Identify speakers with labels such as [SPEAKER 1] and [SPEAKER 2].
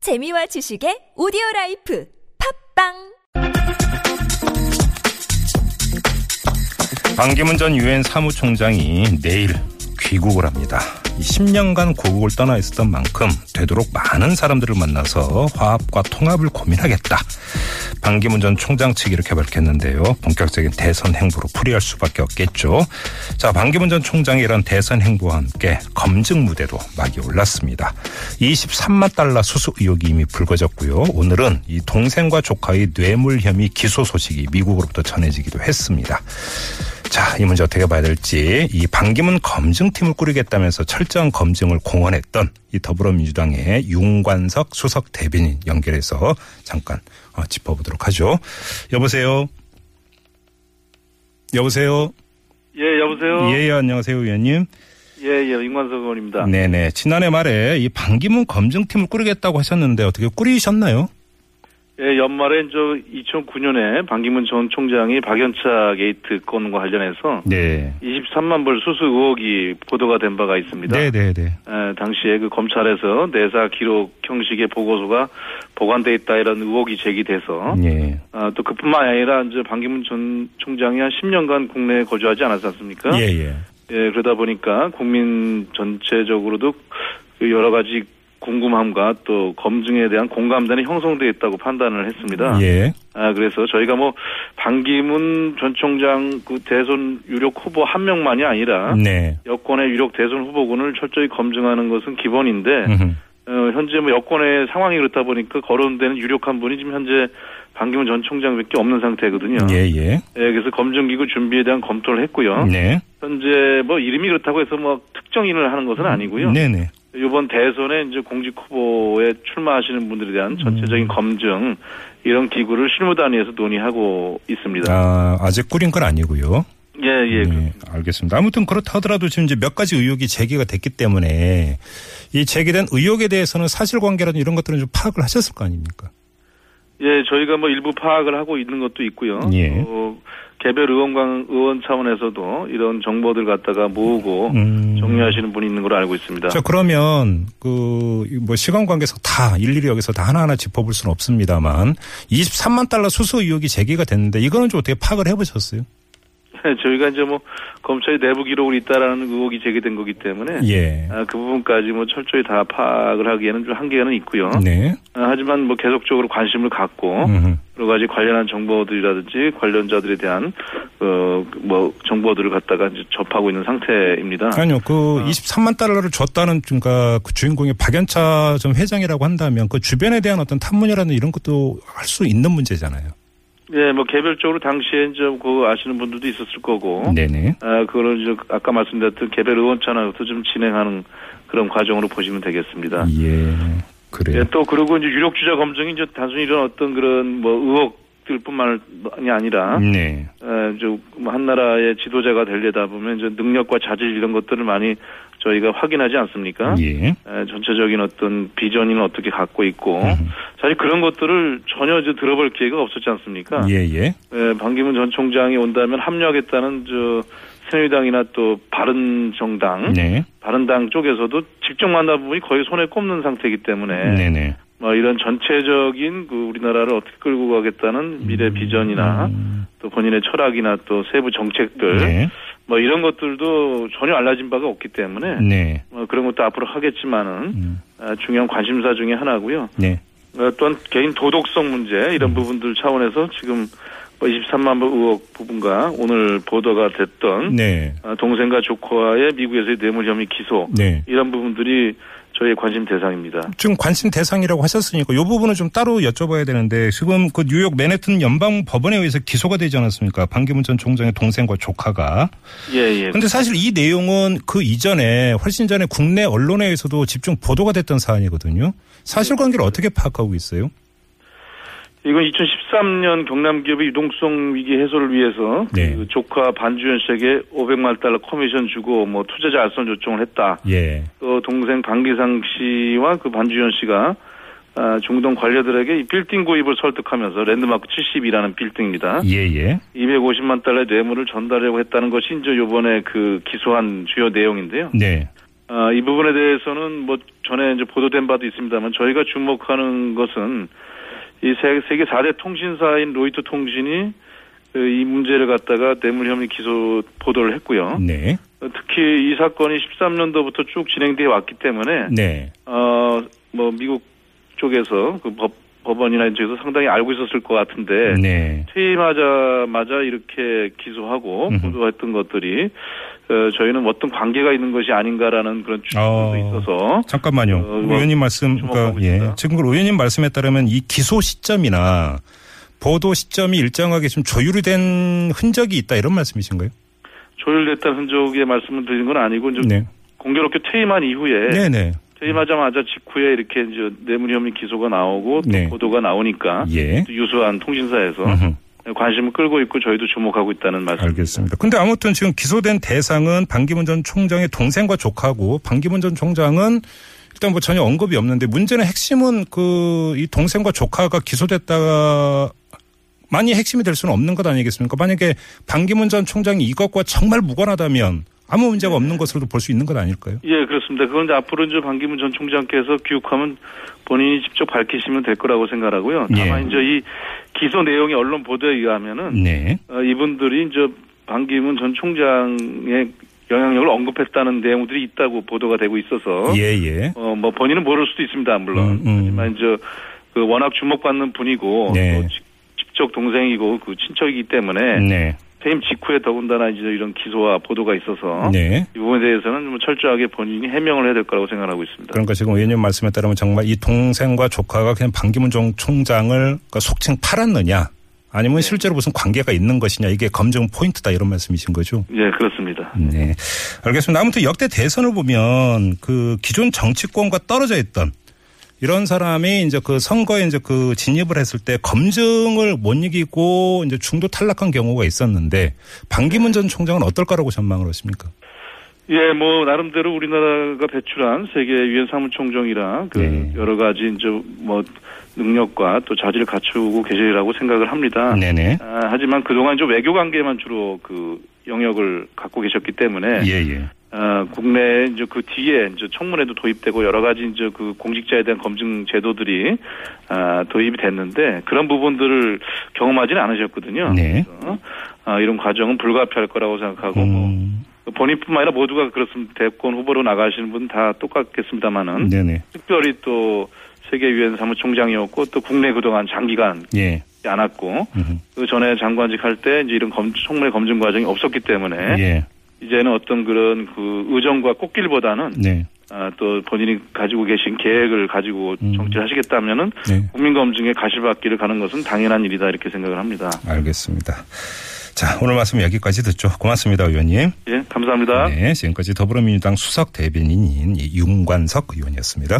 [SPEAKER 1] 재미와 지식의 오디오 라이프 팝빵
[SPEAKER 2] 반기문 전 유엔 사무총장이 내일 귀국을 합니다. 이 10년간 고국을 떠나 있었던 만큼 되도록 많은 사람들을 만나서 화합과 통합을 고민하겠다. 반기문 전 총장 측이 이렇게 밝혔는데요. 본격적인 대선 행보로 풀이할 수밖에 없겠죠. 자, 반기문 전 총장의 이런 대선 행보와 함께 검증 무대로 막이 올랐습니다. 23만 달러 수수 의혹이 이미 불거졌고요. 오늘은 이 동생과 조카의 뇌물 혐의 기소 소식이 미국으로부터 전해지기도 했습니다. 자, 이 문제 어떻게 봐야 될지 이 반기문 검증팀을 꾸리겠다면서 철저한 검증을 공언했던 이 더불어민주당의 윤관석 수석 대변인 연결해서 잠깐 어, 짚어보도록 하죠. 여보세요. 여보세요.
[SPEAKER 3] 예, 여보세요.
[SPEAKER 2] 예, 예, 안녕하세요, 의원님.
[SPEAKER 3] 예, 예, 임관석 의원입니다.
[SPEAKER 2] 네네. 지난해 말에 이 반기문 검증팀을 꾸리겠다고 하셨는데 어떻게 꾸리셨나요?
[SPEAKER 3] 예, 연말에 저 2009년에 반기문 전 총장이 박연차 게이트 건과 관련해서
[SPEAKER 2] 네.
[SPEAKER 3] 23만 불 수수 의혹이 보도가 된 바가 있습니다.
[SPEAKER 2] 네네네.
[SPEAKER 3] 예, 당시에 그 검찰에서 내사 기록 형식의 보고서가 보관돼 있다 이런 의혹이 제기돼서
[SPEAKER 2] 예.
[SPEAKER 3] 아, 또 그뿐만 아니라 이제 반기문 전 총장이 한 10년간 국내에 거주하지 않았지 않습니까?
[SPEAKER 2] 예, 예.
[SPEAKER 3] 예, 그러다 보니까 국민 전체적으로도 그 여러 가지 궁금함과 또 검증에 대한 공감대는 형성돼 있다고 판단을 했습니다.
[SPEAKER 2] 예.
[SPEAKER 3] 아, 그래서 저희가 뭐 반기문 전 총장 그 대선 유력 후보 한 명만이 아니라
[SPEAKER 2] 네.
[SPEAKER 3] 여권의 유력 대선 후보군을 철저히 검증하는 것은 기본인데
[SPEAKER 2] 음흠.
[SPEAKER 3] 어, 현재 뭐 여권의 상황이 그렇다 보니까 거론되는 유력한 분이 지금 현재 반기문 전 총장밖에 없는 상태거든요.
[SPEAKER 2] 예, 예.
[SPEAKER 3] 예, 그래서 검증기구 준비에 대한 검토를 했고요.
[SPEAKER 2] 네.
[SPEAKER 3] 현재 뭐 이름이 그렇다고 해서 뭐 특정인을 하는 것은 아니고요.
[SPEAKER 2] 네네.
[SPEAKER 3] 이번 대선에 이제 공직 후보에 출마하시는 분들에 대한
[SPEAKER 2] 음.
[SPEAKER 3] 전체적인 검증 이런 기구를 실무 단위에서 논의하고 있습니다.
[SPEAKER 2] 아, 아직 꾸린 건 아니고요.
[SPEAKER 3] 예, 예.
[SPEAKER 2] 네, 알겠습니다. 아무튼 그렇다 하더라도 지금 이제 몇 가지 의혹이 제기가 됐기 때문에 이 제기된 의혹에 대해서는 사실관계라든 이런 것들은 좀 파악을 하셨을 거 아닙니까?
[SPEAKER 3] 예, 저희가 뭐 일부 파악을 하고 있는 것도 있고요.
[SPEAKER 2] 예.
[SPEAKER 3] 어, 개별 의원관 의원 차원에서도 이런 정보들 갖다가 모으고
[SPEAKER 2] 음.
[SPEAKER 3] 어, 정리하시는 분이 있는 걸로 알고 있습니다.
[SPEAKER 2] 자, 그러면 그 뭐 시간 관계상 다 일일이 여기서 다 하나하나 짚어볼 수는 없습니다만 23만 달러 수수 의혹이 제기가 됐는데 이거는 좀 어떻게 파악을 해보셨어요?
[SPEAKER 3] 저희가 이제 뭐 검찰의 내부 기록을 있다라는 의혹이 제기된 거기 때문에
[SPEAKER 2] 예.
[SPEAKER 3] 아, 그 부분까지 뭐 철저히 다 파악을 하기에는 좀 한계는 있고요.
[SPEAKER 2] 네.
[SPEAKER 3] 아, 하지만 뭐 계속적으로 관심을 갖고
[SPEAKER 2] 음.
[SPEAKER 3] 여러 가지 관련한 정보들이라든지 관련자들에 대한 어 뭐 정보들을 갖다가 이제 접하고 있는 상태입니다.
[SPEAKER 2] 아니요, 그 23만 달러를 줬다는 그러니까 그 주인공이 박연차 전 회장이라고 한다면 그 주변에 대한 어떤 탐문이라는 이런 것도 할 수 있는 문제잖아요.
[SPEAKER 3] 예, 뭐 개별적으로 당시에 이제 그 아시는 분들도 있었을 거고,
[SPEAKER 2] 어? 네네.
[SPEAKER 3] 아 그거를 이제 아까 말씀드렸던 개별 의원차나부터 좀 진행하는 그런 과정으로 보시면 되겠습니다.
[SPEAKER 2] 예.
[SPEAKER 3] 예,
[SPEAKER 2] 그래요.
[SPEAKER 3] 또 그리고 이제 유력 주자 검증이 이제 단순히 이런 어떤 그런 뭐 의혹들뿐만이 아니라
[SPEAKER 2] 네.
[SPEAKER 3] 에, 이제 뭐한 나라의 지도자가 되려다 보면 이제 능력과 자질 이런 것들을 많이 저희가 확인하지 않습니까?
[SPEAKER 2] 예.
[SPEAKER 3] 에, 전체적인 어떤 비전이는 어떻게 갖고 있고
[SPEAKER 2] 음.
[SPEAKER 3] 사실 그런 것들을 전혀 이제 들어볼 기회가 없었지 않습니까?
[SPEAKER 2] 예, 예.
[SPEAKER 3] 에, 반기문 전 총장이 온다면 합류하겠다는 저 새누리당이나 또 바른정당,
[SPEAKER 2] 네.
[SPEAKER 3] 바른당 쪽에서도 직접 만나보니 거의 손에 꼽는 상태이기 때문에
[SPEAKER 2] 네네.
[SPEAKER 3] 뭐 이런 전체적인 그 우리나라를 어떻게 끌고 가겠다는 미래
[SPEAKER 2] 음.
[SPEAKER 3] 비전이나 또 본인의 철학이나 또 세부 정책들
[SPEAKER 2] 네.
[SPEAKER 3] 뭐 이런 것들도 전혀 알려진 바가 없기 때문에
[SPEAKER 2] 네.
[SPEAKER 3] 뭐 그런 것도 앞으로 하겠지만은
[SPEAKER 2] 음.
[SPEAKER 3] 아, 중요한 관심사 중에 하나고요.
[SPEAKER 2] 네.
[SPEAKER 3] 어, 또한 개인 도덕성 문제
[SPEAKER 2] 음.
[SPEAKER 3] 이런 부분들 차원에서 지금 뭐 23만 불 의혹 부분과 오늘 보도가 됐던
[SPEAKER 2] 네.
[SPEAKER 3] 아, 동생과 조커와의 미국에서의 뇌물 혐의 기소
[SPEAKER 2] 네.
[SPEAKER 3] 이런 부분들이 저희의 관심 대상입니다.
[SPEAKER 2] 지금 관심 대상이라고 하셨으니까 이 부분은 좀 따로 여쭤봐야 되는데 지금 그 뉴욕 맨해튼 연방 법원에 의해서 기소가 되지 않았습니까? 반기문 전 총장의 동생과 조카가
[SPEAKER 3] 예, 예.
[SPEAKER 2] 근데 사실 이 내용은 그 이전에 훨씬 전에 국내 언론에서도 집중 보도가 됐던 사안이거든요. 사실관계를 어떻게 파악하고 있어요?
[SPEAKER 3] 이건 2013년 경남 기업의 유동성 위기 해소를 위해서
[SPEAKER 2] 네.
[SPEAKER 3] 그 조카 반주현 씨에게 500만 달러 커미션 주고 뭐 투자자 알선 요청을 했다.
[SPEAKER 2] 예.
[SPEAKER 3] 또 동생 방기상 씨와 그 반주현 씨가 아, 중동 관료들에게 이 빌딩 구입을 설득하면서 랜드마크 70이라는 빌딩입니다.
[SPEAKER 2] 예, 예.
[SPEAKER 3] 250만 달러의 뇌물을 전달하려고 했다는 것이 이제 요번에 그 기소한 주요 내용인데요.
[SPEAKER 2] 네.
[SPEAKER 3] 아, 이 부분에 대해서는 뭐 전에 이제 보도된 바도 있습니다만 저희가 주목하는 것은 이 세- 세계 4대 통신사인 로이터 통신이 그이 문제를 갖다가 뇌물 혐의 기소 보도를 했고요.
[SPEAKER 2] 네.
[SPEAKER 3] 어, 특히 이 사건이 13년도부터 쭉 진행돼 왔기 때문에
[SPEAKER 2] 네.
[SPEAKER 3] 어 뭐 미국 쪽에서 그 법, 법원이나 이런 쪽에서 상당히 알고 있었을 것 같은데
[SPEAKER 2] 네.
[SPEAKER 3] 퇴임하자마자 이렇게 기소하고
[SPEAKER 2] 음흠.
[SPEAKER 3] 보도했던 것들이 어, 저희는 어떤 관계가 있는 것이 아닌가라는 그런 추측도
[SPEAKER 2] 어.
[SPEAKER 3] 있어서
[SPEAKER 2] 잠깐만요.
[SPEAKER 3] 어, 뭐,
[SPEAKER 2] 의원님 말씀, 그러니까,
[SPEAKER 3] 주목하고
[SPEAKER 2] 예.
[SPEAKER 3] 있어요?
[SPEAKER 2] 지금 그 의원님 말씀에 따르면 이 기소 시점이나 보도 시점이 일정하게 지금 조율이 된 흔적이 있다 이런 말씀이신가요?
[SPEAKER 3] 조율됐다는 흔적의 말씀을 드린 건 아니고 이제
[SPEAKER 2] 네.
[SPEAKER 3] 공교롭게 퇴임한 이후에
[SPEAKER 2] 네, 네.
[SPEAKER 3] 퇴임하자마자 직후에 이렇게 이제 뇌물 혐의 기소가 나오고 또
[SPEAKER 2] 네.
[SPEAKER 3] 보도가 나오니까
[SPEAKER 2] 예.
[SPEAKER 3] 또 유수한 통신사에서
[SPEAKER 2] 음흠.
[SPEAKER 3] 관심을 끌고 있고 저희도 주목하고 있다는 말씀.
[SPEAKER 2] 알겠습니다. 근데 아무튼 지금 기소된 대상은 반기문 전 총장의 동생과 조카고 반기문 전 총장은 일단 뭐 전혀 언급이 없는데 문제는 핵심은 그 이 동생과 조카가 기소됐다가 많이 핵심이 될 수는 없는 것 아니겠습니까? 만약에 반기문 전 총장이 이것과 정말 무관하다면 아무 문제가 없는 것으로도 볼 수 있는 것 아닐까요?
[SPEAKER 3] 예, 그렇습니다. 그건 이제 앞으로 이제 반기문 전 총장께서 귀국하면 본인이 직접 밝히시면 될 거라고 생각하고요.
[SPEAKER 2] 예.
[SPEAKER 3] 다만 이제 이 기소 내용이 언론 보도에 의하면은
[SPEAKER 2] 네.
[SPEAKER 3] 어, 이분들이 이제 반기문 전 총장의 영향력을 언급했다는 내용들이 있다고 보도가 되고 있어서
[SPEAKER 2] 예, 예.
[SPEAKER 3] 어, 뭐 본인은 모를 수도 있습니다. 물론.
[SPEAKER 2] 음, 음.
[SPEAKER 3] 하지만 이제 그 워낙 주목받는 분이고
[SPEAKER 2] 네.
[SPEAKER 3] 또 직- 직접 동생이고 그 친척이기 때문에
[SPEAKER 2] 네.
[SPEAKER 3] 퇴임 직후에 더군다나 이제 이런 기소와 보도가 있어서
[SPEAKER 2] 네.
[SPEAKER 3] 이 부분에 대해서는 좀 철저하게 본인이 해명을 해야 될 거라고 생각하고 있습니다.
[SPEAKER 2] 그러니까 지금 의원님 말씀에 따르면 정말 이 동생과 조카가 그냥 반기문 전 총장을 그러니까 속칭 팔았느냐 아니면 실제로 무슨 관계가 있는 것이냐 이게 검증 포인트다 이런 말씀이신 거죠.
[SPEAKER 3] 예, 그렇습니다.
[SPEAKER 2] 네. 알겠습니다. 아무튼 역대 대선을 보면 그 기존 정치권과 떨어져 있던 이런 사람이 이제 그 선거에 이제 그 진입을 했을 때 검증을 못 이기고 이제 중도 탈락한 경우가 있었는데 반기문 전 총장은 어떨까라고 전망을 하십니까?
[SPEAKER 3] 예, 뭐 나름대로 우리나라가 배출한 세계 유엔 사무총정이라 그
[SPEAKER 2] 네.
[SPEAKER 3] 여러 가지 이제 뭐 능력과 또 자질을 갖추고 계시라고 생각을 합니다.
[SPEAKER 2] 네네.
[SPEAKER 3] 아, 하지만 그동안 좀 외교 관계만 주로 그 영역을 갖고 계셨기 때문에
[SPEAKER 2] 예, 예.
[SPEAKER 3] 아, 국내 이제 그 뒤에 이제 청문회도 도입되고 여러 가지 이제 그 공직자에 대한 검증 제도들이 아, 도입이 됐는데 그런 부분들을 경험하지는 않으셨거든요.
[SPEAKER 2] 네.
[SPEAKER 3] 그래서, 아, 이런 과정은 불가피할 거라고 생각하고 뭐
[SPEAKER 2] 음,
[SPEAKER 3] 본인뿐만 아니라 모두가 그렇습니다. 대권 후보로 나가시는 분 다 똑같겠습니다만은
[SPEAKER 2] 네네.
[SPEAKER 3] 특별히 또 세계 유엔 사무총장이었고 또 국내 그동안 장기간
[SPEAKER 2] 예.
[SPEAKER 3] 않았고
[SPEAKER 2] 음흠.
[SPEAKER 3] 그 전에 장관직 할 때 이제 이런 검, 청문회 검증 과정이 없었기 때문에
[SPEAKER 2] 예.
[SPEAKER 3] 이제는 어떤 그런 그 의정과 꽃길보다는
[SPEAKER 2] 네.
[SPEAKER 3] 아, 또 본인이 가지고 계신 계획을 가지고
[SPEAKER 2] 음.
[SPEAKER 3] 정치를 하시겠다면은
[SPEAKER 2] 네.
[SPEAKER 3] 국민 검증의 가시밭길을 가는 것은 당연한 일이다 이렇게 생각을 합니다.
[SPEAKER 2] 알겠습니다. 자, 오늘 말씀 여기까지 듣죠. 고맙습니다, 의원님.
[SPEAKER 3] 예, 감사합니다.
[SPEAKER 2] 네, 지금까지 더불어민주당 수석 대변인인 이 윤관석 의원이었습니다.